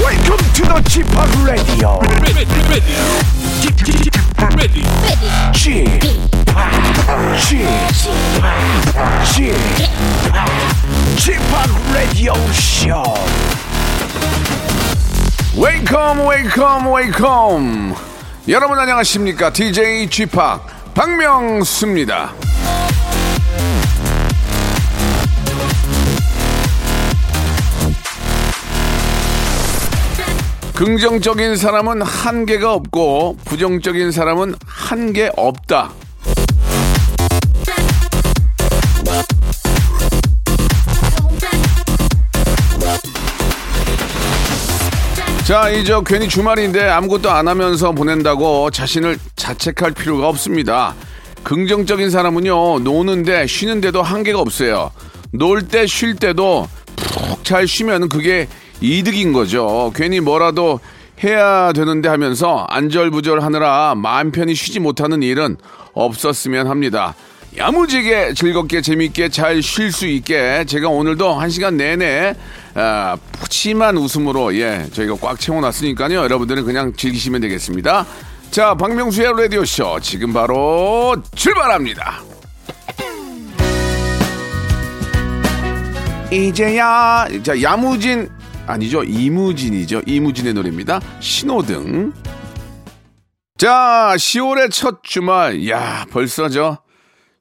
Welcome to the g p o p Radio. ready, ready, ready, g p o p g p o p g p o p Radio Show. Welcome, welcome, welcome. 여러분 안녕하십니까? DJ g p o p 박명수입니다. 긍정적인 사람은 한계가 없고 부정적인 사람은 한계 없다. 자, 이제 괜히 주말인데 아무것도 안 하면서 보낸다고 자신을 자책할 필요가 없습니다. 긍정적인 사람은요, 노는데 쉬는데도 한계가 없어요. 놀 때 쉴 때도 푹 잘 쉬면 그게 이득인 거죠. 괜히 뭐라도 해야 되는데 하면서 안절부절 하느라 마음 편히 쉬지 못하는 일은 없었으면 합니다. 야무지게 즐겁게 재미있게 잘 쉴 수 있게 제가 오늘도 한 시간 내내 아, 푸짐한 웃음으로 예 저희가 꽉 채워놨으니까요 여러분들은 그냥 즐기시면 되겠습니다 자 박명수의 라디오 쇼 지금 바로 출발합니다 이제야 자 야무진 아니죠 이무진이죠 이무진의 노래입니다 신호등 자 10월의 첫 주말 야 벌써죠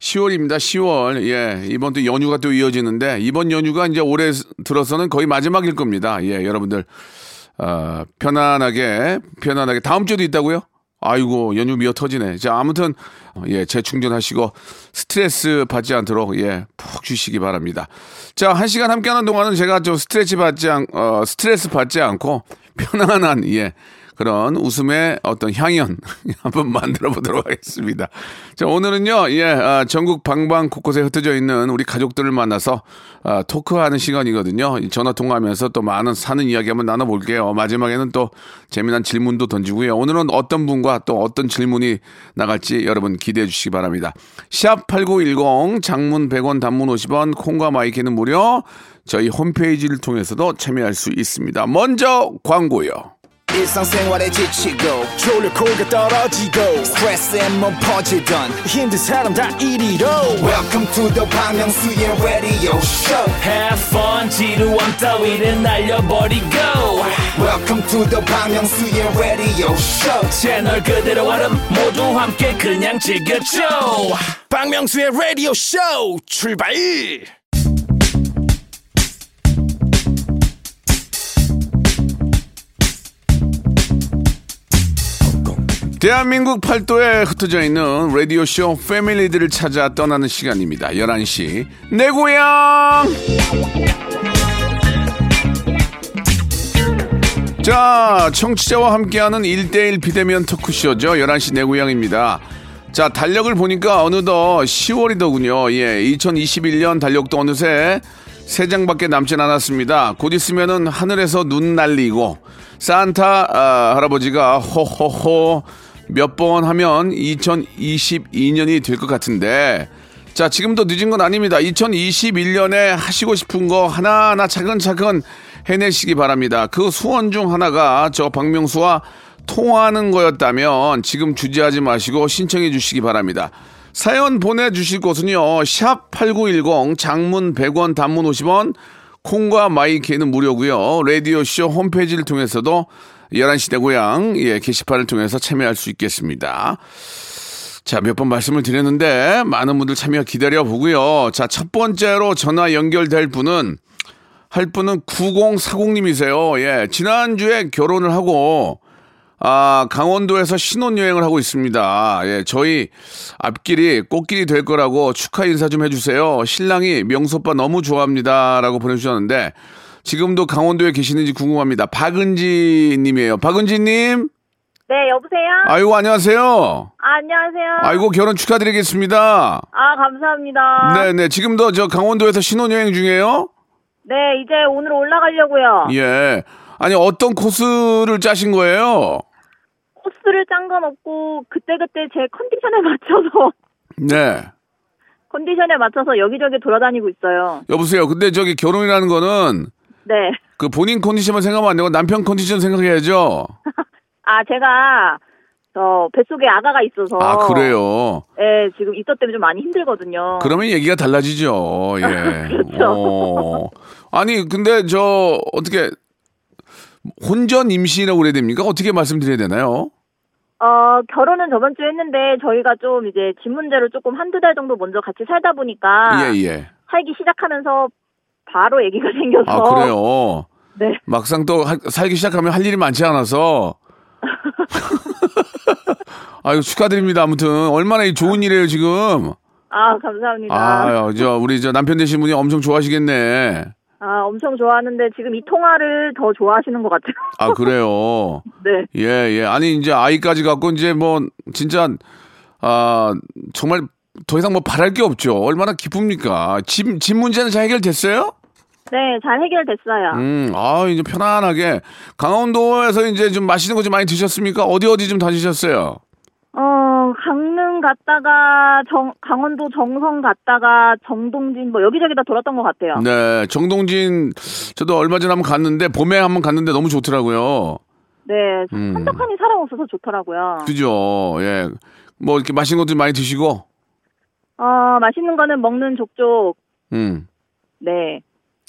10월입니다. 10월. 예. 이번 또 연휴가 또 이어지는데 이번 연휴가 이제 올해 들어서는 거의 마지막일 겁니다. 예, 여러분들 아, 편안하게 편안하게 다음 주도 있다고요? 아이고 연휴 미어 터지네. 자 아무튼 예 재충전하시고 스트레스 받지 않도록 예푹 쉬시기 바랍니다. 자한 시간 함께하는 동안은 제가 좀 스트레치 받지 않 어, 스트레스 받지 않고 편안한 예 그런 웃음의 어떤 향연 한번 만들어 보도록 하겠습니다. 자, 오늘은요, 예, 아, 전국 방방 곳곳에 흩어져 있는 우리 가족들을 만나서 아, 토크하는 시간이거든요. 이 전화 통화하면서 또 많은 사는 이야기 한번 나눠볼게요. 마지막에는 또 재미난 질문도 던지고요. 오늘은 어떤 분과 또 어떤 질문이 나갈지 여러분 기대해 주시기 바랍니다. 샵8910 장문 100원 단문 50원 콩과 마이키는 무료 저희 홈페이지를 통해서도 참여할 수 있습니다. 먼저 광고요. 일상생활에 지치고, 졸려 코가 떨어지고, 스트레스에 몸 퍼지던, 힘든 사람 다 이리로. welcome to the Bang Myung-soo's radio show Have fun 지루함 따위를 날려버리고 welcome to the Bang Myung-soo's radio show 채널 그대로 와름 모두 함께 그냥 즐겨줘 박명수의 radio show 출발 대한민국 팔도에 흩어져 있는 라디오쇼 패밀리들을 찾아 떠나는 시간입니다. 11시. 내 고향! 자, 청취자와 함께하는 1대1 비대면 토크쇼죠. 11시 내 고향입니다. 자, 달력을 보니까 어느덧 10월이더군요. 예, 2021년 달력도 어느새 세 장밖에 남진 않았습니다. 곧 있으면은 하늘에서 눈 날리고 산타 아, 할아버지가 호호호 몇 번 하면 2022년이 될 것 같은데 자, 지금도 늦은 건 아닙니다. 2021년에 하시고 싶은 거 하나하나 차근차근 해내시기 바랍니다. 그 소원 중 하나가 저 박명수와 통화하는 거였다면 지금 주저하지 마시고 신청해 주시기 바랍니다. 사연 보내주실 곳은요. 샵8910 장문 100원 단문 50원 콩과 마이키는 무료고요. 라디오쇼 홈페이지를 통해서도 11시 대 고향 예, 게시판을 통해서 참여할 수 있겠습니다. 자, 몇 번 말씀을 드렸는데 많은 분들 참여 기다려 보고요. 자, 첫 번째로 전화 연결될 분은 할 분은 9040님이세요. 예, 지난주에 결혼을 하고 아, 강원도에서 신혼여행을 하고 있습니다. 예, 저희 앞길이 꽃길이 될 거라고 축하 인사 좀 해주세요. 신랑이 명소빠 너무 좋아합니다. 라고 보내주셨는데, 지금도 강원도에 계시는지 궁금합니다. 박은지 님이에요. 박은지 님, 네, 여보세요? 아이고, 안녕하세요. 아, 안녕하세요. 아이고, 결혼 축하드리겠습니다. 아, 감사합니다. 네네, 지금도 저 강원도에서 신혼여행 중이에요? 네, 이제 오늘 올라가려고요. 예. 아니, 어떤 코스를 짜신 거예요? 코스를 짠 건 없고, 그때그때 제 컨디션에 맞춰서, 네. 컨디션에 맞춰서 여기저기 돌아다니고 있어요. 여보세요. 근데 저기 결혼이라는 거는 네. 그 본인 컨디션만 생각하면 안 되고 남편 컨디션 생각해야죠. 아, 제가 저 뱃속에 아가가 있어서 아 그래요. 예, 지금 입덧 때문에 좀 많이 힘들거든요. 그러면 얘기가 달라지죠. 예. 그렇죠. 어. 아니 근데 저 어떻게 혼전 임신이라고 그래야 됩니까? 어떻게 말씀드려야 되나요? 어, 결혼은 저번 주에 했는데 저희가 좀 이제 집 문제로 조금 한두 달 정도 먼저 같이 살다 보니까 예 예. 살기 시작하면서 바로 얘기가 생겨서 아 그래요. 네. 막상 또 하- 살기 시작하면 할 일이 많지 않아서. 아유 축하드립니다. 아무튼 얼마나 이 좋은 일이에요 지금. 아, 감사합니다. 아, 아유 저 우리 저 남편 되신 분이 엄청 좋아하시겠네. 엄청 좋아하는데 지금 이 통화를 더 좋아하시는 것 같아요. 아 그래요. 네. 예 예. 아니 이제 아이까지 갖고 이제 뭐 진짜 아 정말 더 이상 뭐 바랄 게 없죠. 얼마나 기쁩니까. 집 집 문제는 잘 해결됐어요? 네, 잘 해결됐어요. 음, 아 이제 편안하게 강원도에서 이제 좀 맛있는 거 좀 많이 드셨습니까? 어디 어디 좀 다니셨어요? 어, 강릉 갔다가 정, 강원도 정선 갔다가 정동진 뭐 여기저기 다 돌았던 것 같아요. 네, 정동진 저도 얼마 전에 한번 갔는데 봄에 한번 갔는데 너무 좋더라고요. 네, 음. 한적하니 사람 없어서 좋더라고요. 그죠? 예, 뭐 이렇게 맛있는 것도 많이 드시고, 어, 맛있는 거는 먹는 족족. 음, 네.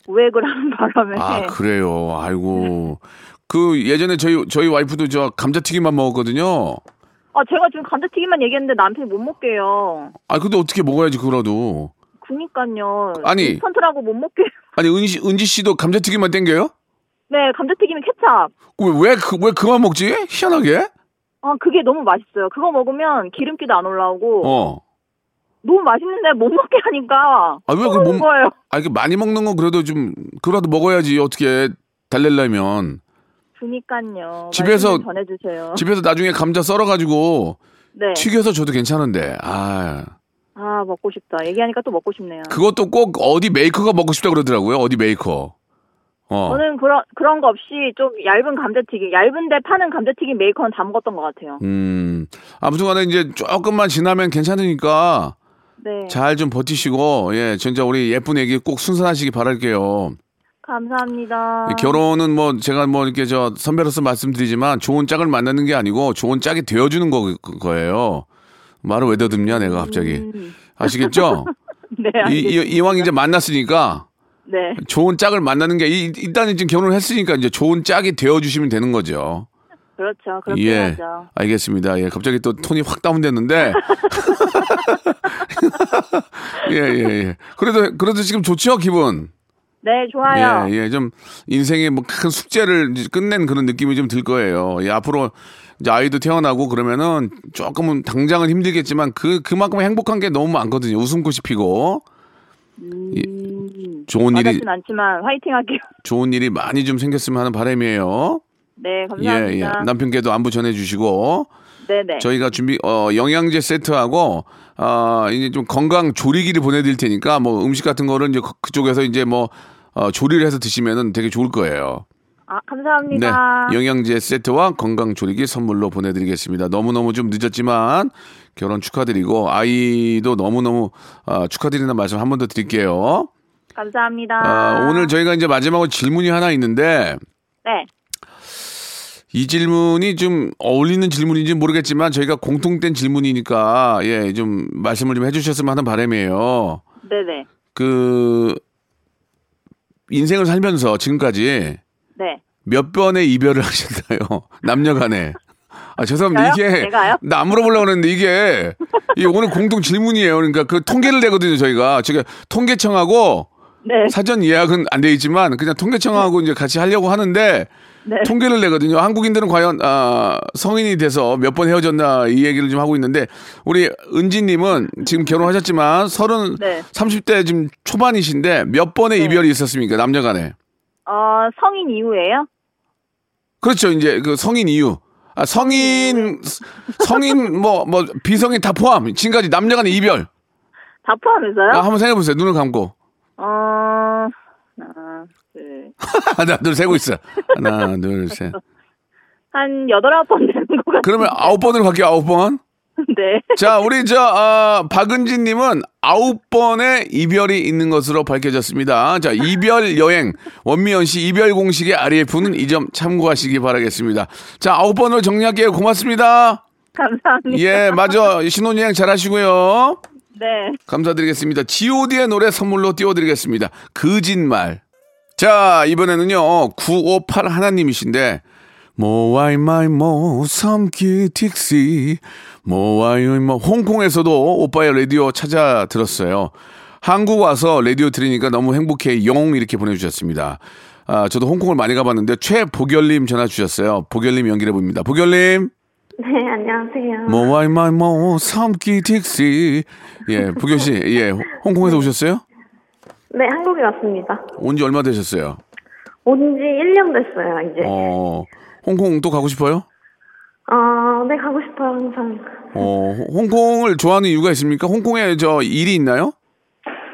우액을 하는 바람에. 아 그래요. 아이고, 그 예전에 저희 저희 와이프도 저 감자튀김만 먹었거든요. 아, 제가 지금 감자튀김만 얘기했는데 남편이 못 먹게요. 아 근데 어떻게 먹어야지 그러도? 그니까요. 아니. 인스턴트라고 못 먹게요. 아니 은지 은지 씨도 감자튀김만 땡겨요? 네, 감자튀김이 케찹. 왜왜 그, 왜 그만 먹지? 희한하게? 아, 그게 너무 맛있어요. 그거 먹으면 기름기도 안 올라오고 어. 너무 맛있는데 못 먹게 하니까 아, 왜 또 그 먹는 몸- 거예요. 아, 이게 많이 먹는 건 그래도 좀, 그래도 먹어야지, 어떻게, 달래려면. 그니까요. 집에서- 전해주세요. 집에서 나중에 감자 썰어가지고, 네. 튀겨서 줘도 괜찮은데, 아. 아 먹고 싶다. 얘기하니까 또 먹고 싶네요. 그것도 꼭 어디 메이커가 먹고 싶다 그러더라고요, 어디 메이커. 어. 저는 그런 그런 거 없이 좀 얇은 감자튀김, 얇은데 파는 감자튀김 메이커는 다 먹었던 것 같아요. 음. 아무튼 간에 이제 조금만 지나면 괜찮으니까, 네. 잘 좀 버티시고, 예, 진짜 우리 예쁜 애기 꼭 순산하시기 바랄게요. 감사합니다. 이 결혼은 뭐 제가 뭐 이렇게 저 선배로서 말씀드리지만 좋은 짝을 만나는 게 아니고 좋은 짝이 되어주는 거, 거예요. 말을 왜 더듬냐 내가 갑자기 음, 아시겠죠? 네. 이, 이, 왕 이제 만났으니까 네. 좋은 짝을 만나는 게 이- 일단 지금 결혼을 했으니까 이제 좋은 짝이 되어주시면 되는 거죠. 그렇죠. 그렇게 예, 하죠. 알겠습니다. 예, 갑자기 또 톤이 확 다운됐는데. 예, 예, 예. 그래도 그래도 지금 좋죠 기분. 네, 좋아요. 예, 예, 좀 인생의 뭐 큰 숙제를 이제 끝낸 그런 느낌이 좀 들 거예요. 예, 앞으로 이제 아이도 태어나고 그러면은 조금은 당장은 힘들겠지만 그 그만큼 행복한 게 너무 많거든요. 웃음꽃이 피고 음, 예. 좋은 일이 와닿진 않지만 화이팅 할게요. 좋은 일이 많이 좀 생겼으면 하는 바람이에요. 네, 예, 예. 감사합니다. 남편께도 안부 전해주시고 네, 네. 저희가 준비 어 영양제 세트하고 아 이제 좀 건강 조리기를 보내드릴 테니까 뭐 음식 같은 거를 이제 그- 그쪽에서 이제 뭐 어, 조리를 해서 드시면은 되게 좋을 거예요. 아, 감사합니다. 네, 영양제 세트와 건강 조리기 선물로 보내드리겠습니다. 너무너무 좀 늦었지만 결혼 축하드리고 아이도 너무너무 아, 축하드리는 말씀 한 번 더 드릴게요. 감사합니다. 아, 오늘 저희가 이제 마지막으로 질문이 하나 있는데 네. 이 질문이 좀 어울리는 질문인지 모르겠지만 저희가 공통된 질문이니까 예, 좀 말씀을 좀 해주셨으면 하는 바람이에요. 네, 네. 그 인생을 살면서 지금까지 네. 몇 번의 이별을 하셨나요? 남녀간에. 아 죄송합니다. 저요? 이게 제가요? 나 안 물어보려고 그랬는데 이게 이 오늘 공통 질문이에요. 그러니까 그 통계를 내거든요 저희가 저희 통계청하고 네. 사전 예약은 안 돼 있지만 그냥 통계청하고 이제 같이 하려고 하는데 네. 통계를 내거든요. 한국인들은 과연 아, 성인이 돼서 몇 번 헤어졌나 이 얘기를 좀 하고 있는데 우리 은지님은 지금 결혼하셨지만 서른 네. 30대 지금 초반이신데 몇 번의 이별이 있었습니까 남녀간에? 어, 성인 이후에요? 그렇죠. 이제 그 성인 이유. 아, 성인, 성인, 뭐, 뭐, 비성인 다 포함. 지금까지 남녀 간의 이별. 다 포함해서요? 아, 한번 생각해보세요. 눈을 감고. 어, 하나, 둘, 하나, 둘, 세고 있어. 하나, 둘, 셋. 한 여덟 아홉 번 되는 것 같아요. 그러면 아홉 번으로 갈게요, 아홉 번. 같은데. 자, 우리 저 아, 박은진 님은 아홉 번의 이별이 있는 것으로 밝혀졌습니다. 자, 이별 여행 원미연 씨 이별 공식의 RF는 이 점 참고하시기 바라겠습니다. 자, 아홉 번을 정리할게요. 고맙습니다. 감사합니다. 예, 맞아. 신혼여행 잘 하시고요. 네. 감사드리겠습니다. god의 노래 선물로 띄워드리겠습니다. 거짓말. 자, 이번에는요, 958 하나님이신데, 모아이 마이 모, 섬기 틱시, 모아이 모, 홍콩에서도 오빠의 라디오 찾아 들었어요. 한국 와서 라디오 들으니까 너무 행복해, 용, 이렇게 보내주셨습니다. 아, 저도 홍콩을 많이 가봤는데, 최보결님 전화 주셨어요. 보결님 연결해봅니다. 보결님. 네, 안녕하세요. 모아이 마이 모 삼기 택시 예 부교 씨예 홍콩에서 오셨어요? 네, 한국에 왔습니다. 온 지 얼마 되셨어요? 온 지 1년 됐어요, 이제. 어, 어 홍콩 또 가고 싶어요? 네, 가고 싶어요, 항상. 어 홍콩을 좋아하는 이유가 있습니까? 홍콩에 저 일이 있나요?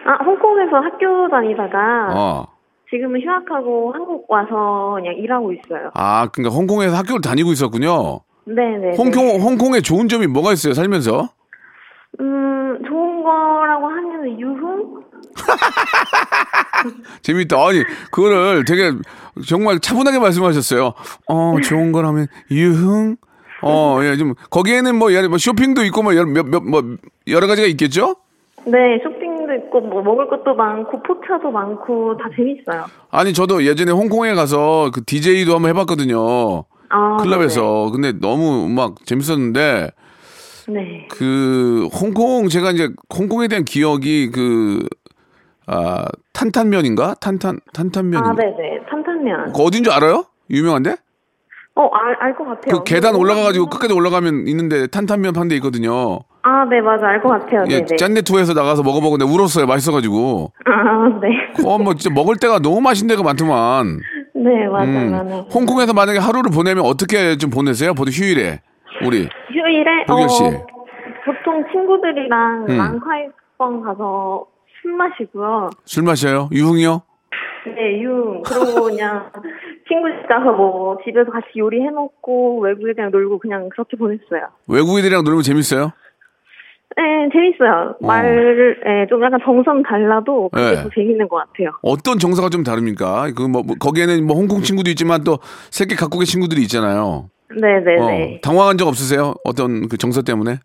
아, 홍콩에서 학교 다니다가 어아 지금은 휴학하고 한국 와서 그냥 일하고 있어요. 그러니까 홍콩에서 학교를 다니고 있었군요. 네, 네. 홍콩 홍콩의 좋은 점이 뭐가 있어요? 살면서 음, 좋은 거라고 하면 유흥? 재밌다. 아니 그거를 되게 정말 차분하게 말씀하셨어요. 어 좋은 거라면 유흥 어예좀 거기에는 뭐 예를 뭐 쇼핑도 있고 뭐 여러 몇몇 뭐 여러 가지가 있겠죠? 네, 쇼핑도 있고 뭐 먹을 것도 많고 포차도 많고 다 재밌어요. 아니 저도 예전에 홍콩에 가서 그 DJ도 한번 해봤거든요. 아, 클럽에서 근데 너무 막 재밌었는데 네. 네. 그 홍콩 제가 이제 홍콩에 대한 기억이 그 아, 탄탄면인가 탄탄 탄탄면인가 아, 네, 네. 탄탄면. 그 어딘 줄 알아요? 유명한데 어, 알 알 것 같아요. 그 계단 올라가가지고 끝까지 올라가면 있는데 탄탄면 판데 있거든요. 아, 네, 맞아. 알 것 같아요. 예, 네, 네. 짠내 투어에서 나가서 먹어보는데 울었어요. 맛있어가지고 아, 네. 어뭐 진짜 먹을 데가 너무 맛있는 데가 많더만. 네, 맞아요. 음, 맞아요. 홍콩에서 만약에 하루를 보내면 어떻게 좀 보내세요? 보통 휴일에 우리 휴일에 보경 씨. 어, 보통 친구들이랑 음. 랑카이성 가서 술 마시고요. 술 마셔요? 유흥이요? 네, 유. 그러고 그냥 친구 집 가서 뭐 집에서 같이 요리 해먹고 외국인이랑 놀고 그냥 그렇게 보냈어요. 외국인들이랑 놀면 재밌어요? 네, 재밌어요. 말을 예, 좀 약간 정성 달라도 그게 네. 더 재밌는 것 같아요. 어떤 어떤 정서가 좀 다릅니까? 그 뭐 거기에는 뭐 홍콩 친구도 있지만 또 세계 각국의 친구들이 있잖아요. 네, 네, 어, 네. 당황한 적 없으세요? 어떤 그 정서 때문에?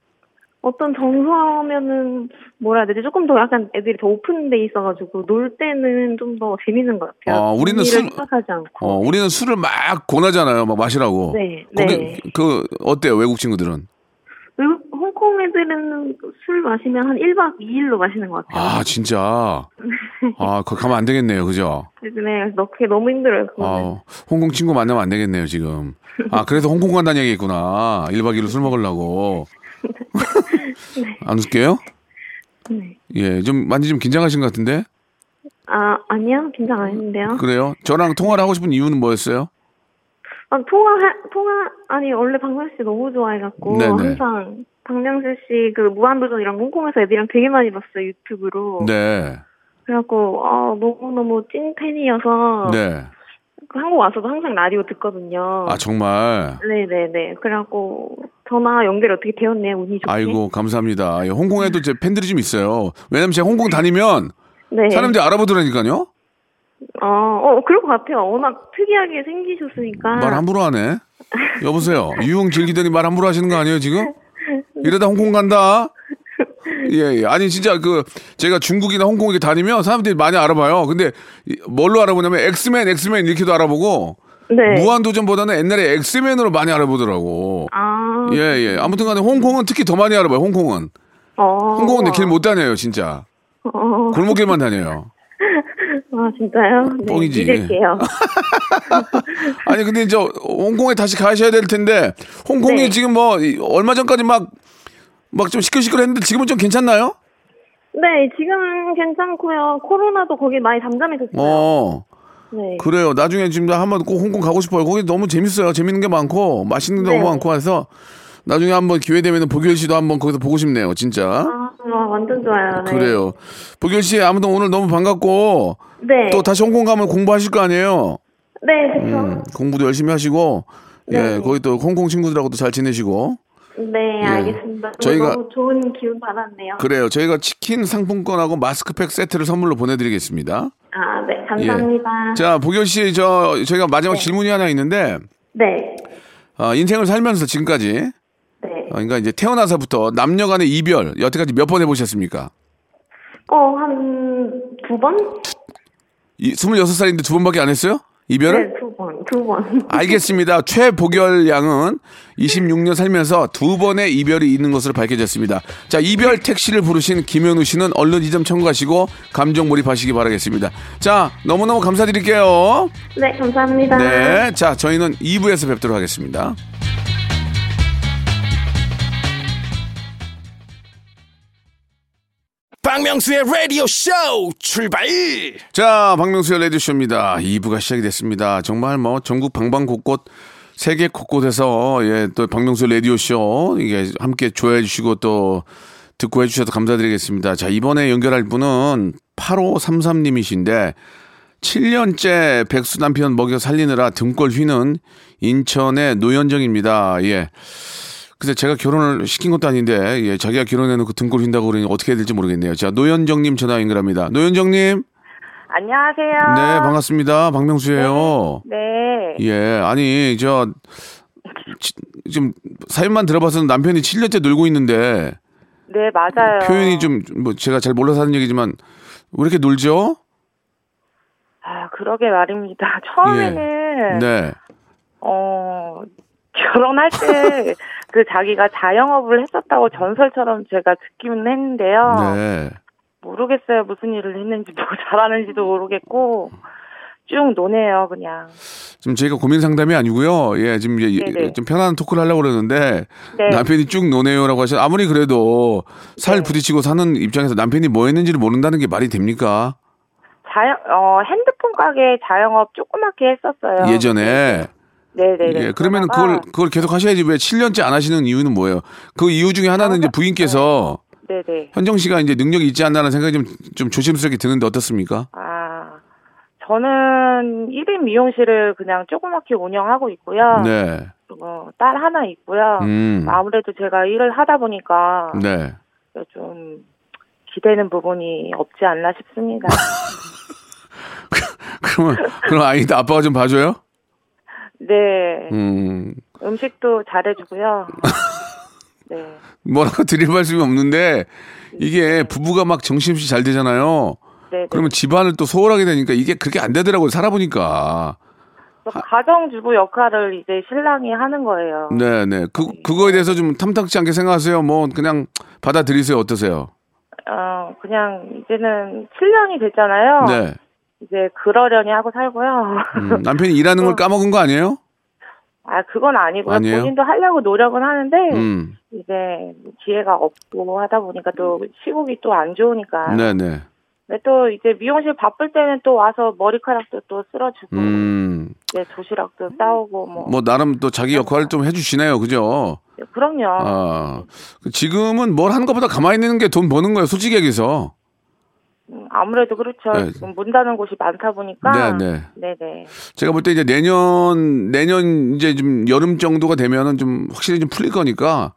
어떤 정서면은 뭐라 해야 되지? 조금 더 약간 애들이 더 오픈돼 있어가지고 놀 때는 좀 더 재밌는 것 같아요. 어, 우리는 일을 술- 생각하지 않고. 어, 우리는 술을 막 권하잖아요. 막 마시라고. 네, 거기 네. 그 어때요? 외국 친구들은? 외국, 음, 홍콩 애들은 술 마시면 한 1박 2일로 마시는 것 같아요. 아, 진짜. 아, 거 가면 안 되겠네요. 그죠? 요즘에 그래서 그게 너무 힘들어요. 그거는. 아, 홍콩 친구 만나면 안 되겠네요, 지금. 아, 그래서 홍콩 간다는 얘기 있구나. 1박 2일로 술 먹으려고. 안 웃겨요? 네. 예, 좀 많이 좀 긴장하신 것 같은데? 아, 아니요. 긴장 안 했는데요. 그래요? 저랑 통화를 하고 싶은 이유는 뭐였어요? 아, 통화, 통화, 아니, 원래 박명수 씨 너무 좋아해갖고, 네네. 항상 박명수 씨 그 무한도전 이랑 홍콩에서 애들이랑 되게 많이 봤어요. 유튜브로. 네. 그래갖고, 아, 너무너무 찐팬이어서, 네. 그 한국 와서도 항상 라디오 듣거든요. 아, 어. 정말. 네네네. 그래갖고, 전화 연결이 어떻게 되었네, 운이 좋게. 아이고, 감사합니다. 예, 홍콩에도 제 팬들이 좀 있어요. 왜냐면 제가 홍콩 다니면 네. 사람들이 알아보더라니까요? 어, 어, 그럴 것 같아요. 워낙 특이하게 생기셨으니까. 말 함부로 하네. 여보세요. 유흥 즐기더니 말 함부로 하시는 거 아니에요, 지금? 이러다 홍콩 간다. 예, 예. 아니, 진짜 그, 제가 중국이나 홍콩 이렇게 다니면 사람들이 많이 알아봐요. 근데 이- 뭘로 알아보냐면 엑스맨, 엑스맨 이렇게도 알아보고, 네. 뭐? 무한도전보다는 옛날에 엑스맨으로 많이 알아보더라고. 아, 예, 예. 아무튼 간에 홍콩은 특히 더 많이 알아봐요, 홍콩은. 어. 홍콩은 길 뭐? 못 다녀요, 진짜. 어, 골목길만 다녀요. 아, 진짜요? 네, 뻥이지. 아. 믿을게요. 아니 근데 이제 홍콩에 다시 가셔야 될 텐데 홍콩이 네. 지금 뭐 이- 얼마 전까지 막 막 좀 시끌시끌했는데 지금은 좀 괜찮나요? 네, 지금은 괜찮고요. 코로나도 거기 많이 잠잠해졌어요. 어 네. 그래요. 나중에 지금 한번 꼭 홍콩 가고 싶어요. 거기 너무 재밌어요. 재밌는 게 많고 맛있는 게 네. 너무 많고 해서 나중에 한번 기회 되면은 보결 씨도 한번 거기서 보고 싶네요. 진짜. 아, 와, 완전 좋아요. 네. 그래요. 보결 씨 아무튼 오늘 너무 반갑고 네. 또 다시 홍콩 가면 공부하실 거 아니에요. 네, 그쵸. 공부도 열심히 하시고 네. 예 거기 또 홍콩 친구들하고도 잘 지내시고 네, 알겠습니다. 오늘 저희가- 너무 좋은 기운 받았네요. 그래요. 저희가 치킨 상품권하고 마스크팩 세트를 선물로 보내드리겠습니다. 아, 네, 감사합니다. 예. 자, 보경 씨, 저, 저희가 마지막 질문이 하나 있는데, 네, 어, 인생을 살면서 지금까지, 네. 어, 그러니까 이제 태어나서부터 남녀 간의 이별, 여태까지 몇 번 해보셨습니까? 아. 어, 한 두 번? 이, 26살인데 두 번밖에 안 했어요? 이별을? 네, 두 번, 두 번. 알겠습니다. 최보결 양은 26년 살면서 두 번의 이별이 있는 것으로 밝혀졌습니다. 자, 이별 택시를 부르신 김현우 씨는 얼른 이점 청구하시고 감정 몰입하시기 바라겠습니다. 자, 너무너무 감사드릴게요. 네, 감사합니다. 네. 자, 저희는 2부에서 뵙도록 하겠습니다. 박명수의 라디오 쇼 출발 자, 박명수의 레디쇼입니다. 2부가 시작이 됐습니다. 정말 뭐 전국 방방 곳곳 세계 곳곳에서 예, 또 박명수 레디오쇼 이게 함께 좋아해 주시고 또 듣고 해 주셔서 감사드리겠습니다. 자, 이번에 연결할 분은 8533님이신데 7년째 백수 남편 먹여 살리느라 등골 휘는 인천의 노현정입니다. 예. 근데 제가 결혼을 시킨 것도 아닌데 예, 자기가 결혼해놓고 등골 휜다고 그러니 어떻게 해야 될지 모르겠네요. 자, 노현정님 전화 연결합니다. 노현정님. 안녕하세요. 네, 반갑습니다. 박명수예요. 아. 네. 예, 아니 저 지- 지금 사연만 들어봐서는 남편이 7년째 놀고 있는데 네, 맞아요. 표현이 좀 뭐 제가 잘 몰라서 하는 얘기지만 왜 이렇게 놀죠? 아, 그러게 말입니다. 처음에는 네, 어, 결혼할 때 그 자기가 자영업을 했었다고 전설처럼 제가 듣기는 했는데요. 네. 모르겠어요. 무슨 일을 했는지 뭐 잘하는지도 모르겠고 쭉 노네요, 그냥. 지금 저희가 고민 상담이 아니고요. 예, 지금 이제 네네. 좀 편안한 토크를 하려고 그러는데 네. 남편이 쭉 노네요라고 하셔. 아무리 그래도 살 부딪히고 사는 입장에서 남편이 뭐 했는지를 모른다는 게 말이 됩니까? 자영 어 핸드폰 가게 자영업 조그맣게 했었어요. 예전에 네, 네, 네. 예, 그러면 그걸 그걸 계속 하셔야지 왜 7년째 안 하시는 이유는 뭐예요? 그 이유 중에 하나는 이제 부인께서 아, 네, 네. 현정 씨가 이제 능력이 있지 않나라는 생각이 좀, 좀 조심스럽게 드는데 어떻습니까? 아. 저는 1인 미용실을 그냥 조그맣게 운영하고 있고요. 네. 어, 딸 하나 있고요. 음. 아, 아무래도 아. 제가 일을 하다 보니까 네. 좀 기대는 부분이 없지 않나 싶습니다. 그러면 그럼 아이 아빠가 좀 봐줘요? 네. 음. 음식도 잘해주고요. 네. 뭐라고 드릴 말씀이 없는데 이게 부부가 막 정신없이 잘 되잖아요. 네. 그러면 집안을 또 소홀하게 되니까 이게 그렇게 안 되더라고요. 살아보니까. 가정주부 역할을 이제 신랑이 하는 거예요. 네, 네. 그 그거에 대해서 좀 탐탁지 않게 생각하세요. 뭐 그냥 받아들이세요. 어떠세요? 어, 그냥 이제는 7년이 됐잖아요. 네. 이제 그러려니 하고 살고요. 음, 남편이 일하는 어. 걸 까먹은 거 아니에요? 아, 그건 아니고요. 아니에요? 본인도 하려고 노력은 하는데 음. 이제 뭐 기회가 없고 하다 보니까 또 시국이 또 안 좋으니까. 네, 네. 근데 또 이제 미용실 바쁠 때는 또 와서 머리카락도 또 쓸어주고 음. 네, 도시락도 싸오고 뭐, 뭐 나름 또 자기 역할을 좀 해주시네요. 그죠? 네, 그럼요. 아. 그 지금은 뭘 하는 것보다 가만히 있는 게 돈 버는 거예요. 솔직히 얘기해서. 음, 아무래도 그렇죠. 네. 지금 문 닫는 곳이 많다 보니까 네, 네. 네네. 제가 볼 때 이제 내년 내년 이제 좀 여름 정도가 되면은 좀 확실히 좀 풀릴 거니까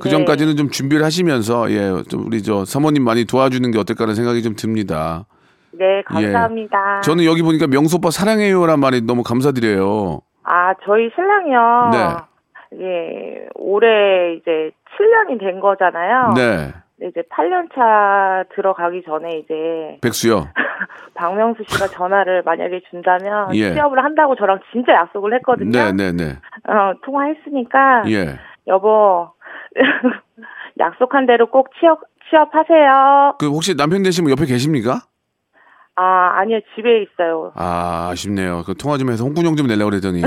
그 네. 전까지는 좀 준비를 하시면서 예, 좀 우리 저 사모님 많이 도와주는 게 어떨까라는 생각이 좀 듭니다. 네, 감사합니다. 저는 여기 보니까 명수 오빠 사랑해요란 말이 너무 감사드려요. 아, 저희 신랑이요. 네. 예, 올해 이제 7년이 된 거잖아요. 네. 근데 이제 8년차 들어가기 전에 이제 백수요. 박명수 씨가 전화를 만약에 준다면 예. 취업을 한다고 저랑 진짜 약속을 했거든요. 네, 네, 네. 어, 통화했으니까 예. 여보 약속한 대로 꼭 취업 취업하세요. 그 혹시 남편 되시면 옆에 계십니까? 아, 아니요. 집에 있어요. 아, 아쉽네요. 그 통화 좀 해서 홍군형 좀 내려고 그랬더니.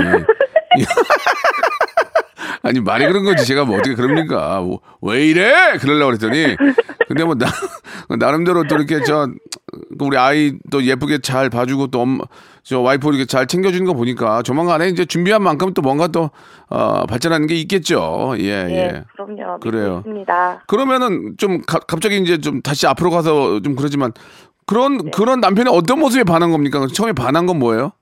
아니, 말이 그런 거지. 제가 뭐 어떻게 그럽니까? 뭐, 왜 이래? 그러려고 그랬더니. 근데 뭐, 나, 나름대로 또 이렇게 저, 그 우리 아이 또 예쁘게 잘 봐주고 또 엄마, 저 와이프 이렇게 잘 챙겨주는 거 보니까 조만간에 이제 준비한 만큼 또 뭔가 또, 어, 발전하는 게 있겠죠. 예, 예. 예. 그럼요. 그래요. 믿습니다. 그러면은 좀 가- 갑자기 이제 좀 다시 앞으로 가서 좀 네. 그러지만 그런 그런 남편의 어떤 모습에 반한 겁니까? 처음에 반한 건 뭐예요?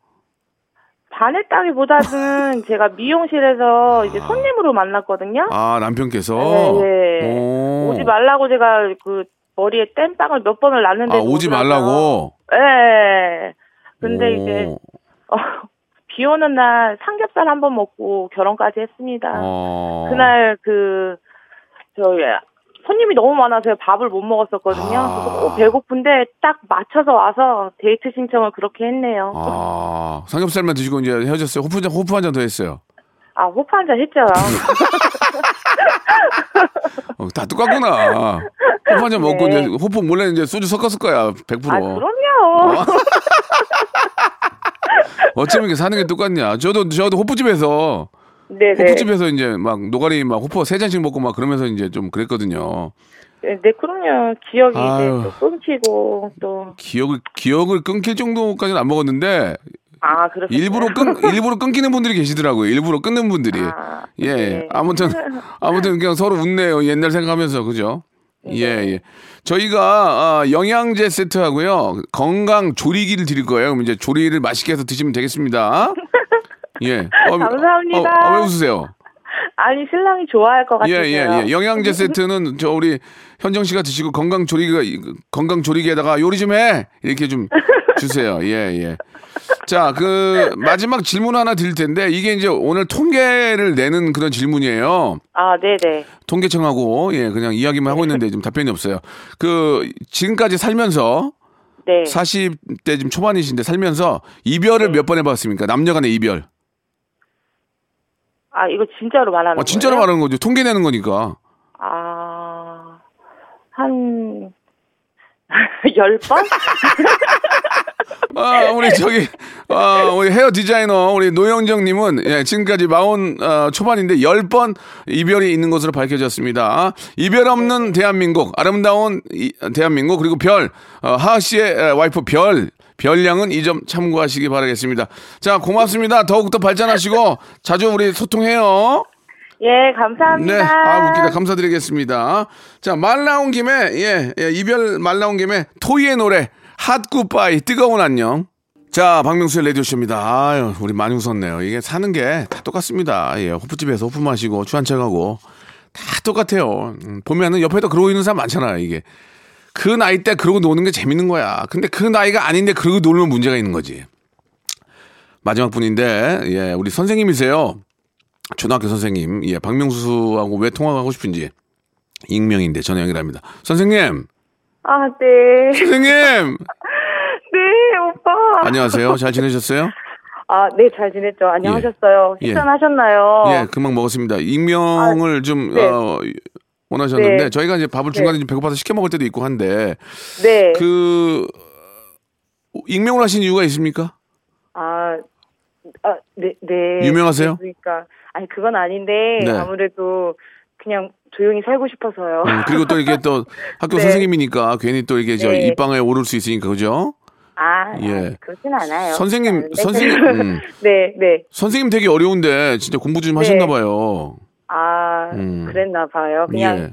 반했다기보다는 제가 미용실에서 이제 손님으로 만났거든요. 아, 남편께서? 네, 네. 오. 오지 말라고 제가 그 머리에 땜빵을 몇 번을 놨는데 아, 오지 말라고? 예. 근데 오. 이제 어, 비 오는 날 삼겹살 한 번 먹고 결혼까지 했습니다. 어. 아, 그날 그, 저, 예, 손님이 너무 많아서 밥을 못 먹었었거든요. 아. 그래서 너무 배고픈데 딱 맞춰서 와서 어, 데이트 신청을 그렇게 했네요. 아, 아, 삼겹살만 드시고 이제 헤어졌어요. 호프, 한 잔- 호프 한 잔 더 했어요. 아, 호프 한잔 했죠. 아, 어, 다 똑같구나. 호프 한 잔 먹고 네. 이제 호프 몰래 이제 소주 섞었을 거야. 100%. 아, 그럼요. 어쩜 이렇게 사는 게 똑같냐. 저도, 저도 호프집에서, 네네. 호프집에서 이제 막 노가리 막 호프 세 잔씩 먹고 막 그러면서 이제 좀 그랬거든요. 네, 네, 그럼요. 기억이 아유. 이제 또 끊기고 또. 기억을, 기억을 끊길 정도까지는 안 먹었는데, 아, 그렇죠. 일부러 끊, 일부러 끊기는 분들이 계시더라고요. 일부러 끊는 분들이. 아, 예, 네. 아무튼 아무튼 그냥 서로 웃네요. 옛날 생각하면서 그죠? 네. 예, 예. 저희가 아, 영양제 세트 하고요. 건강 조리기를 드릴 거예요. 그럼 이제 조리를 맛있게 해서 드시면 되겠습니다. 예. 어, 감사합니다. 어, 어, 왜 웃으세요? 아니, 신랑이 좋아할 것 예, 같아요. 네. 예, 예. 영양제 세트는 저 우리 현정 씨가 드시고 건강 조리기가 이- 건강 조리기에다가 요리 좀 해. 이렇게 좀 주세요. 예, 예. 자, 그 마지막 질문 하나 드릴 텐데 이게 이제 오늘 통계를 내는 그런 질문이에요. 아, 네네. 통계청하고 예 그냥 이야기만 하고 있는데 지금 답변이 없어요. 그 지금까지 살면서 네. 40대 지금 초반이신데 살면서 이별을 몇 번 해봤습니까? 남녀간의 이별. 아, 이거 진짜로 말하는 아, 거예요? 진짜로 말하는 거죠. 통계 내는 거니까. 아, 한, 열 번? 아 우리 저기 아 우리 헤어 디자이너 우리 노영정님은 예 지금까지 마흔 어, 초반인데 10번 이별이 있는 것으로 밝혀졌습니다. 이별 없는 대한민국 아름다운 이- 대한민국 그리고 별 어, 하하 씨의 에, 와이프 별 별량은 이 점 참고하시기 바라겠습니다. 자 고맙습니다. 더욱더 발전하시고 자주 우리 소통해요. 예, 감사합니다. 네, 아 웃기다. 감사드리겠습니다. 자, 말 나온 김에 예, 예, 이별 말 나온 김에 토이의 노래 핫 굿바이 뜨거운 안녕. 자, 박명수의 라디오 쇼입니다. 아유, 우리 많이 웃었네요. 이게 사는 게 다 똑같습니다. 예, 호프집에서 호프 마시고 취한 척하고 다 똑같아요. 음, 보면은 옆에도 그러고 있는 사람 많잖아요. 이게 그 나이 때 그러고 노는 게 재밌는 거야. 근데 그 나이가 아닌데 그러고 놀면 문제가 있는 거지. 마지막 분인데 예, 우리 선생님이세요. 초등학교 선생님, 예, 박명수하고 왜 통화하고 싶은지 익명인데 전화 연결합니다. 선생님, 아, 네. 선생님, 네, 오빠. 안녕하세요. 잘 지내셨어요? 아, 네, 잘 지냈죠. 안녕하셨어요. 예. 식사하셨나요? 예, 금방 먹었습니다. 익명을 좀 어. 네. 어, 원하셨는데 네. 저희가 이제 밥을 중간에 좀 배고파서 시켜 먹을 때도 있고 한데 네. 그 익명을 하신 이유가 있습니까? 아, 아, 네, 네. 유명하세요? 그러니까. 아니, 그건 아닌데, 네. 아무래도 그냥 조용히 살고 싶어서요. 음, 그리고 또 이게 또 학교 네. 선생님이니까 괜히 또 이게 저 네. 입방에 오를 수 있으니까 그죠? 아, 예. 아, 그렇진 않아요. 선생님, 그렇진 선생님, 않은데. 음. 네, 네. 선생님 되게 어려운데 진짜 공부 좀 하셨나 봐요. 아, 음. 그랬나 봐요. 그냥 예.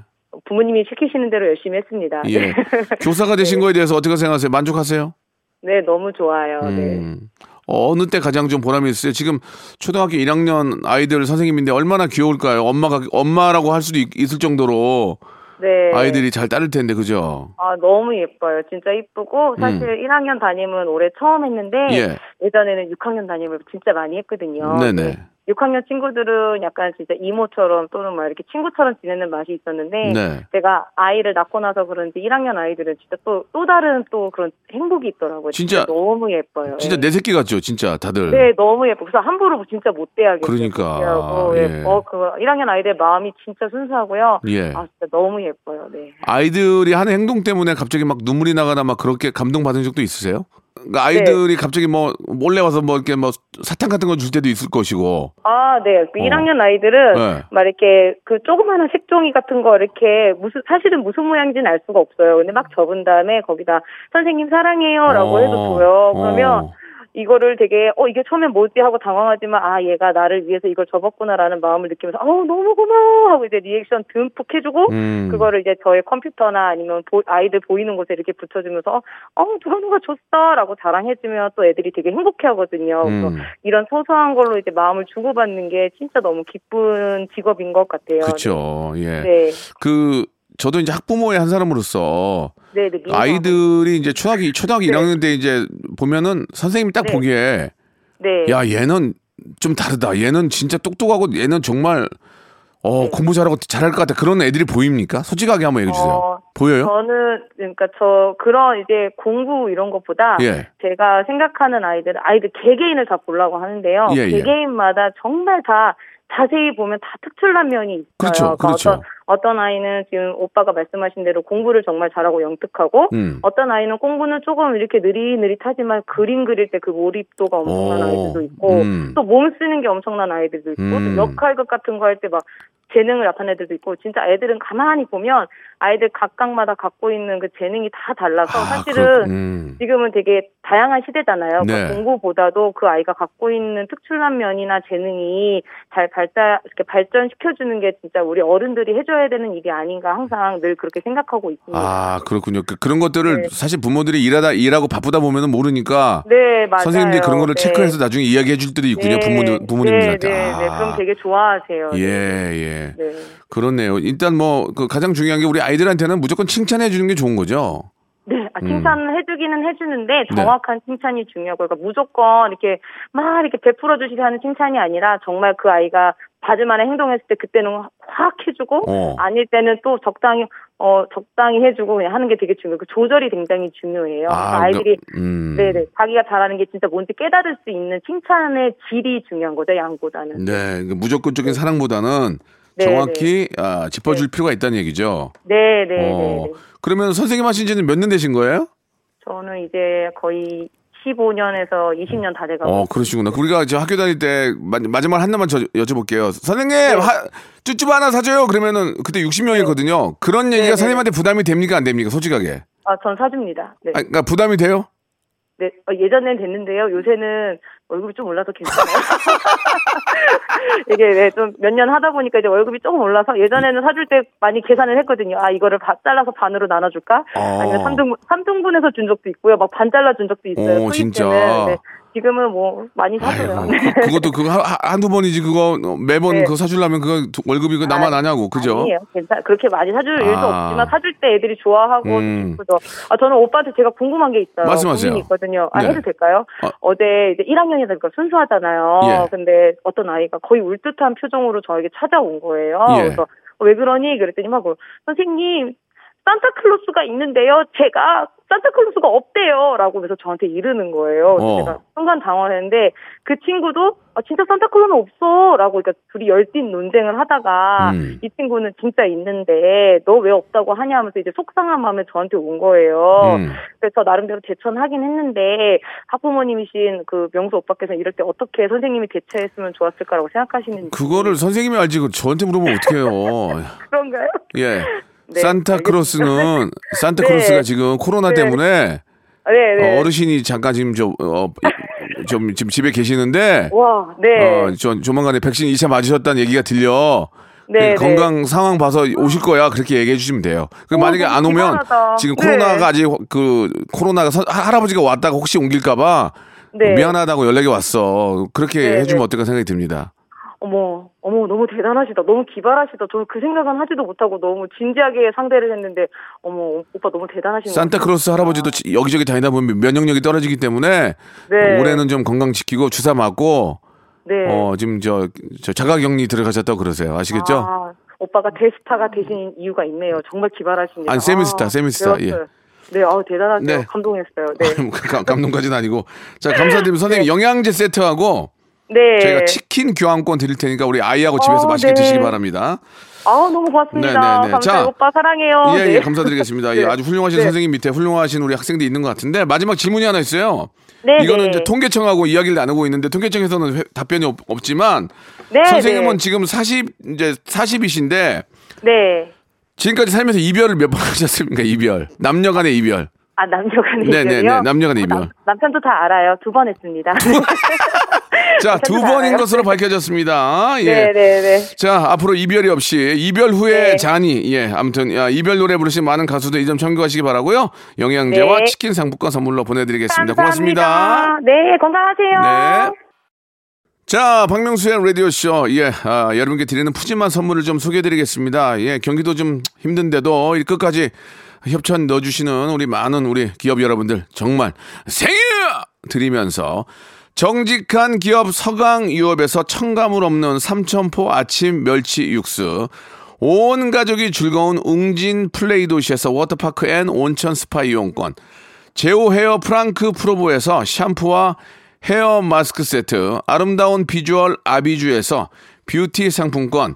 부모님이 시키시는 대로 열심히 했습니다. 예. 교사가 되신 거에 대해서 어떻게 생각하세요? 만족하세요? 네, 너무 좋아요. 네. 음. 어느 때 가장 좀 보람이 있어요? 지금 초등학교 1학년 아이들 선생님인데 얼마나 귀여울까요? 엄마가 엄마라고 할 수도 있, 을 정도로 네. 아이들이 잘 따를 텐데 그죠? 아, 너무 예뻐요. 진짜 이쁘고 사실 1학년 담임은 올해 처음 했는데 음. 예. 예전에는 6학년 담임을 진짜 많이 했거든요. 네네. 6학년 친구들은 약간 진짜 이모처럼 또는 막 이렇게 친구처럼 지내는 맛이 있었는데 네. 제가 아이를 낳고 나서 그런지 1학년 아이들은 진짜 또 또 다른 또 그런 행복이 있더라고요. 진짜- 너무 예뻐요. 진짜 예. 내 새끼 같죠, 진짜 다들. 네, 너무 예뻐. 그래서 함부로 진짜 못 대하겠어요. 그러니까, 고 예. 어, 그 1학년 아이들 마음이 진짜 순수하고요. 예. 아, 진짜 너무 예뻐요. 네. 아이들이 하는 행동 때문에 갑자기 막 눈물이 나거나 막 그렇게 감동받은 적도 있으세요? 그러니까 네. 아이들이 갑자기 뭐 몰래 와서 뭐 이렇게 뭐 사탕 같은 거 줄 때도 있을 것이고. 아, 네. 그 어. 1학년 아이들은 네. 막 이렇게 그 조그마한 색종이 같은 거 이렇게 무슨 사실은 무슨 모양인지는 알 수가 없어요. 근데 막 접은 다음에 거기다 선생님 사랑해요라고 어, 해도 줘요. 그러면 어. 이거를 되게 어 이게 처음엔 뭐지 하고 당황하지만 아 얘가 나를 위해서 이걸 접었구나라는 마음을 느끼면서 아우 너무 고마워 하고 이제 리액션 듬뿍 해주고 음. 그거를 이제 저의 컴퓨터나 아니면 보- 아이들 보이는 곳에 이렇게 붙여주면서 어 누가 누가 줬어라고 자랑해주면 또 애들이 되게 행복해하거든요. 그래서 음. 이런 소소한 걸로 이제 마음을 주고받는 게 진짜 너무 기쁜 직업인 것 같아요. 그렇죠. 예. 네, 그 저도 이제 학부모의 한 사람으로서 네, 네, 민망. 아이들이 이제 초등학교 초등학교 네. 1학년 때 이제 보면은 선생님이 딱 네. 보기에 네, 야 얘는 좀 다르다. 얘는 진짜 똑똑하고 얘는 정말 네. 어 공부 잘하고 잘할 것 같아. 그런 애들이 보입니까? 솔직하게 한번 얘기해 주세요. 어, 보여요? 저는 그러니까 저 그런 이제 공부 이런 것보다 예. 제가 생각하는 아이들 아이들 개개인을 다 보려고 하는데요. 예, 예. 개개인마다 정말 다 자세히 보면 다 특출난 면이 있어요. 그렇죠, 그러니까 그렇죠. 어떤, 어떤 아이는 지금 오빠가 말씀하신 대로 공부를 정말 잘하고 영특하고 음. 어떤 아이는 공부는 조금 이렇게 느릿느릿하지만 그림 그릴 때 그 몰입도가 엄청난 오, 아이들도 있고 음. 또 몸 쓰는 게 엄청난 아이들도 있고 또 음. 역할극 같은 거 할 때 막 재능을 나타낸 애들도 있고 진짜 애들은 가만히 보면 아이들 각각마다 갖고 있는 그 재능이 다 달라서 아, 사실은 그렇- 음. 지금은 되게 다양한 시대잖아요. 그러니까 네. 공부보다도 그 아이가 갖고 있는 특출난 면이나 재능이 잘 발달, 이렇게 발전시켜주는 게 진짜 우리 어른들이 해줘야 되는 일이 아닌가 항상 늘 그렇게 생각하고 있습니다. 아 그렇군요. 그, 그런 것들을 예. 네. 사실 부모들이 일하다 일하고 바쁘다 보면은 모르니까 네, 맞아요. 선생님들이 그런 거를 네. 체크해서 나중에 이야기해 줄 때도 있군요. 부모님 네, 부모님들한테. 네, 아. 네. 그럼 되게 좋아하세요. 예, 예. 네. 그렇네요. 일단 뭐, 그 가장 중요한 게 우리 아이들한테는 무조건 칭찬해 주는 게 좋은 거죠. 네, 아, 음. 네. 칭찬을 해주기는 해주는데 정확한 칭찬이 중요하고, 그러니까 무조건 이렇게 막 이렇게 베풀어 주시게 하는 칭찬이 아니라 정말 그 아이가 받을 만한 행동했을 때 그때는 확 해주고 어. 아닐 때는 또 적당히 어 적당히 해주고 그냥 하는 게 되게 중요해요. 그 조절이 굉장히 중요해요. 아, 그래서 아이들이 그러니까, 음. 네네 자기가 잘하는 게 진짜 뭔지 깨달을 수 있는 칭찬의 질이 중요한 거죠 양보다는. 네, 그러니까 무조건적인 사랑보다는 네, 정확히 아, 짚어줄 필요가 있다는 얘기죠. 네네 네, 어. 네. 그러면 선생님 하신 지는 몇 년 되신 거예요? 저는 이제 거의 15년에서 20년 다 돼가고. 어, 그러시구나. 네. 우리가 저 학교 다닐 때 마, 마지막 하나만 저, 여쭤볼게요. 선생님, 네. 하, 쭈쭈바 하나 사줘요. 그러면은 그때 60명이거든요. 그런 네, 얘기가 선생님한테 부담이 됩니까? 안 됩니까? 솔직하게. 아, 전 사줍니다. 네. 아, 그러니까 부담이 돼요? 네, 어, 예전엔 됐는데요. 요새는 월급이 좀 올라서 괜찮아요. 이게 네, 좀몇 년 하다 보니까 이제 월급이 조금 올라서 예전에는 사줄 때 많이 계산을 했거든요. 아, 이거를 반 잘라서 반으로 나눠줄까? 어. 아니면 삼등분삼등분해서준 적도 있고요. 막 반 잘라준 적도 있어요. 어, 수입 진짜. 때는. 네, 지금은 뭐 많이 사줘요. 아이고, 그- 그것도 그거 하- 하- 한두 번이지 그거 어, 매번 네. 그거 사주려면 그거 두- 월급이 그 나만 아, 아냐고 그죠? 아니에요. 괜찮 그렇게 많이 사줄 일도 아. 없지만 사줄 때 애들이 좋아하고 음. 그래서 아 저는 오빠한테 제가 궁금한 게 있어요. 말씀하세요. 고민이 있거든요. 아 네. 해도 될까요? 아. 어제 이제 1학년이다 보니까 순수하잖아요. 예. 근데 어떤 아이가 거의 울 듯한 표정으로 저에게 찾아온 거예요. 예. 그래서 어, 왜 그러니 그랬더니 막 선생님 산타클로스가 있는데요. 제가 산타클로스가 없대요라고 그래서 저한테 이르는 거예요. 그래서 어. 제가 순간 당황했는데 그 친구도 아, 진짜 산타클로는 없어라고 그러니까 둘이 열띤 논쟁을 하다가 음. 이 친구는 진짜 있는데 너 왜 없다고 하냐 하면서 이제 속상한 마음에 저한테 온 거예요. 음. 그래서 나름대로 대처하긴 했는데 학부모님이신 그 명수 오빠께서 이럴 때 어떻게 선생님이 대처했으면 좋았을까라고 생각하시는지 그거를 선생님이 알지 그 저한테 물어보면 어떡해요. 그런가요? 예. 네, 산타크로스는 산타크로스가 네. 지금 코로나 네. 때문에 네, 네. 어, 어르신이 잠깐 지금 좀, 어, 좀 지금 집에 계시는데 와, 네. 어, 저, 조만간에 백신 2차 맞으셨다는 얘기가 들려. 네, 그 건강 상황 봐서 오실 거야 그렇게 얘기해 주시면 돼요. 그 어, 만약에 너무 안 오면 기발하다. 지금 네. 코로나가 아직 그 코로나가 선- 하- 할아버지가 왔다가 혹시 옮길까봐 네. 미안하다고 연락이 왔어. 그렇게 네, 해주면 네. 어떨까 생각이 듭니다. 어머, 어머, 너무 대단하시다. 너무 기발하시다. 저는 그 생각은 하지도 못하고 너무 진지하게 상대를 했는데, 어머, 오빠 너무 대단하신 것 같아요. 산타크로스 할아버지도 지- 여기저기 다니다 보면 면역력이 떨어지기 때문에 네. 올해는 좀 건강 지키고 주사 맞고 네. 어 지금 저, 저 자가격리 들어가셨다고 그러세요. 아시겠죠? 아, 오빠가 대스타가 되신 이유가 있네요. 정말 기발하십니다. 아니, 세미스타, 세미스타, 예. 배웠어요. 네, 아우 대단하세요. 네. 감동했어요. 네. 감- 감동까지는 아니고 자 감사드립니다 선생님 영양제 세트하고 네. 저희가 치킨 교환권 드릴 테니까 우리 아이하고 집에서 어, 맛있게 네. 드시기 바랍니다. 아우 너무 고맙습니다. 네, 네, 네. 감사해요. 자. 오빠 사랑해요. 예, 네. 예, 감사드리겠습니다. 예, 네. 아주 훌륭하신 네. 선생님 밑에 훌륭하신 우리 학생들이 있는 것 같은데 마지막 질문이 하나 있어요. 네, 이거는 네. 이제 통계청하고 이야기를 나누고 있는데 통계청에서는 회- 답변이 없, 없지만 네, 선생님은 네. 지금 40 이제 40이신데 네. 지금까지 살면서 이별을 몇 번 하셨습니까? 이별 남녀간의 이별 아 남녀간의 네, 네, 이별이요? 네, 남녀간의 어, 남- 이별. 남편도 다 알아요. 두 번 했습니다. 자, 두 괜찮아요. 번인 것으로 밝혀졌습니다. 예. 네, 네, 네. 자, 앞으로 이별이 없이 이별 후에 네. 잔이 예, 아무튼 야, 이별 노래 부르신 많은 가수들 이 점 참고하시기 바라고요. 영양제와 네. 치킨 상품권 선물로 보내드리겠습니다. 고맙습니다. 감사합니다. 네, 건강하세요. 네. 자, 박명수의 라디오쇼. 예, 아, 여러분께 드리는 푸짐한 선물을 좀 소개해드리겠습니다. 예, 경기도 좀 힘든데도 이 끝까지 협찬 넣어주시는 우리 많은 우리 기업 여러분들 정말 생일! 드리면서 정직한 기업 서강유업에서 첨가물 없는 삼천포 아침 멸치 육수 온 가족이 즐거운 웅진 플레이 도시에서 워터파크 앤 온천 스파 이용권 제오 헤어 프랑크 프로보에서 샴푸와 헤어 마스크 세트, 아름다운 비주얼 아비주에서 뷰티 상품권,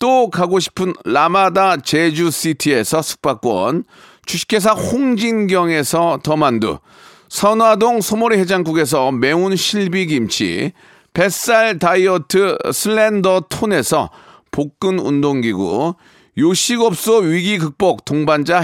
또 가고 싶은 라마다 제주시티에서 숙박권 주식회사 홍진경에서 더만두 선화동 소모리 해장국에서 매운 실비김치 뱃살 다이어트 슬렌더 톤에서 복근 운동기구, 요식업소 위기 극복 동반자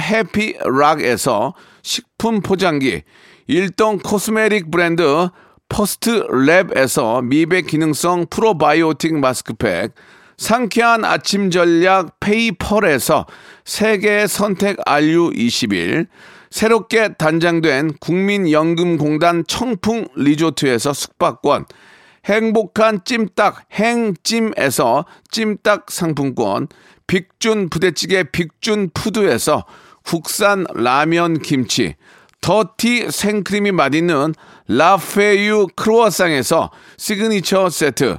해피락에서 식품 포장기, 일동 코스메릭 브랜드 퍼스트 랩에서 미백 기능성 프로바이오틱 마스크팩, 상쾌한 아침 전략 페이펄에서 세계 선택 알류 20일, 새롭게 단장된 국민연금공단 청풍 리조트에서 숙박권, 행복한 찜닭 행찜에서 찜닭 상품권, 빅준 부대찌개 빅준 푸드에서 국산 라면 김치, 더티 생크림이 맛있는 라페유 크로아상에서 시그니처 세트,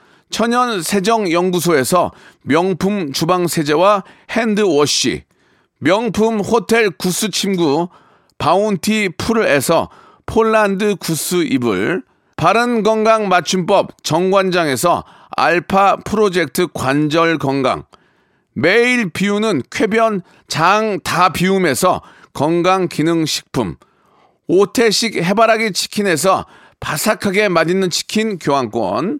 천연 세정 연구소에서 명품 주방 세제와 핸드워시 명품 호텔 구스 침구 바운티 풀에서 폴란드 구스 이불 바른 건강 맞춤법 정관장에서 알파 프로젝트 관절 건강 매일 비우는 쾌변 장 다 비움에서 건강 기능 식품 오태식 해바라기 치킨에서 바삭하게 맛있는 치킨 교환권,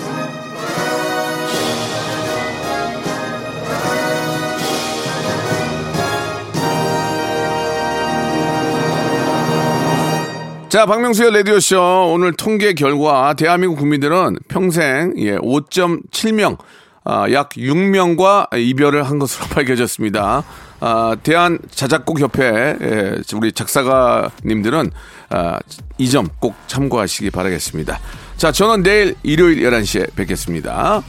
자, 박명수의 라디오쇼. 오늘 통계 결과 대한민국 국민들은 평생 예, 5.7명, 아, 약 6명과 이별을 한 것으로 밝혀졌습니다. 아, 대한 자작곡협회 예, 우리 작사가님들은 아, 이 점 꼭 참고하시기 바라겠습니다. 자, 저는 내일 일요일 11시에 뵙겠습니다.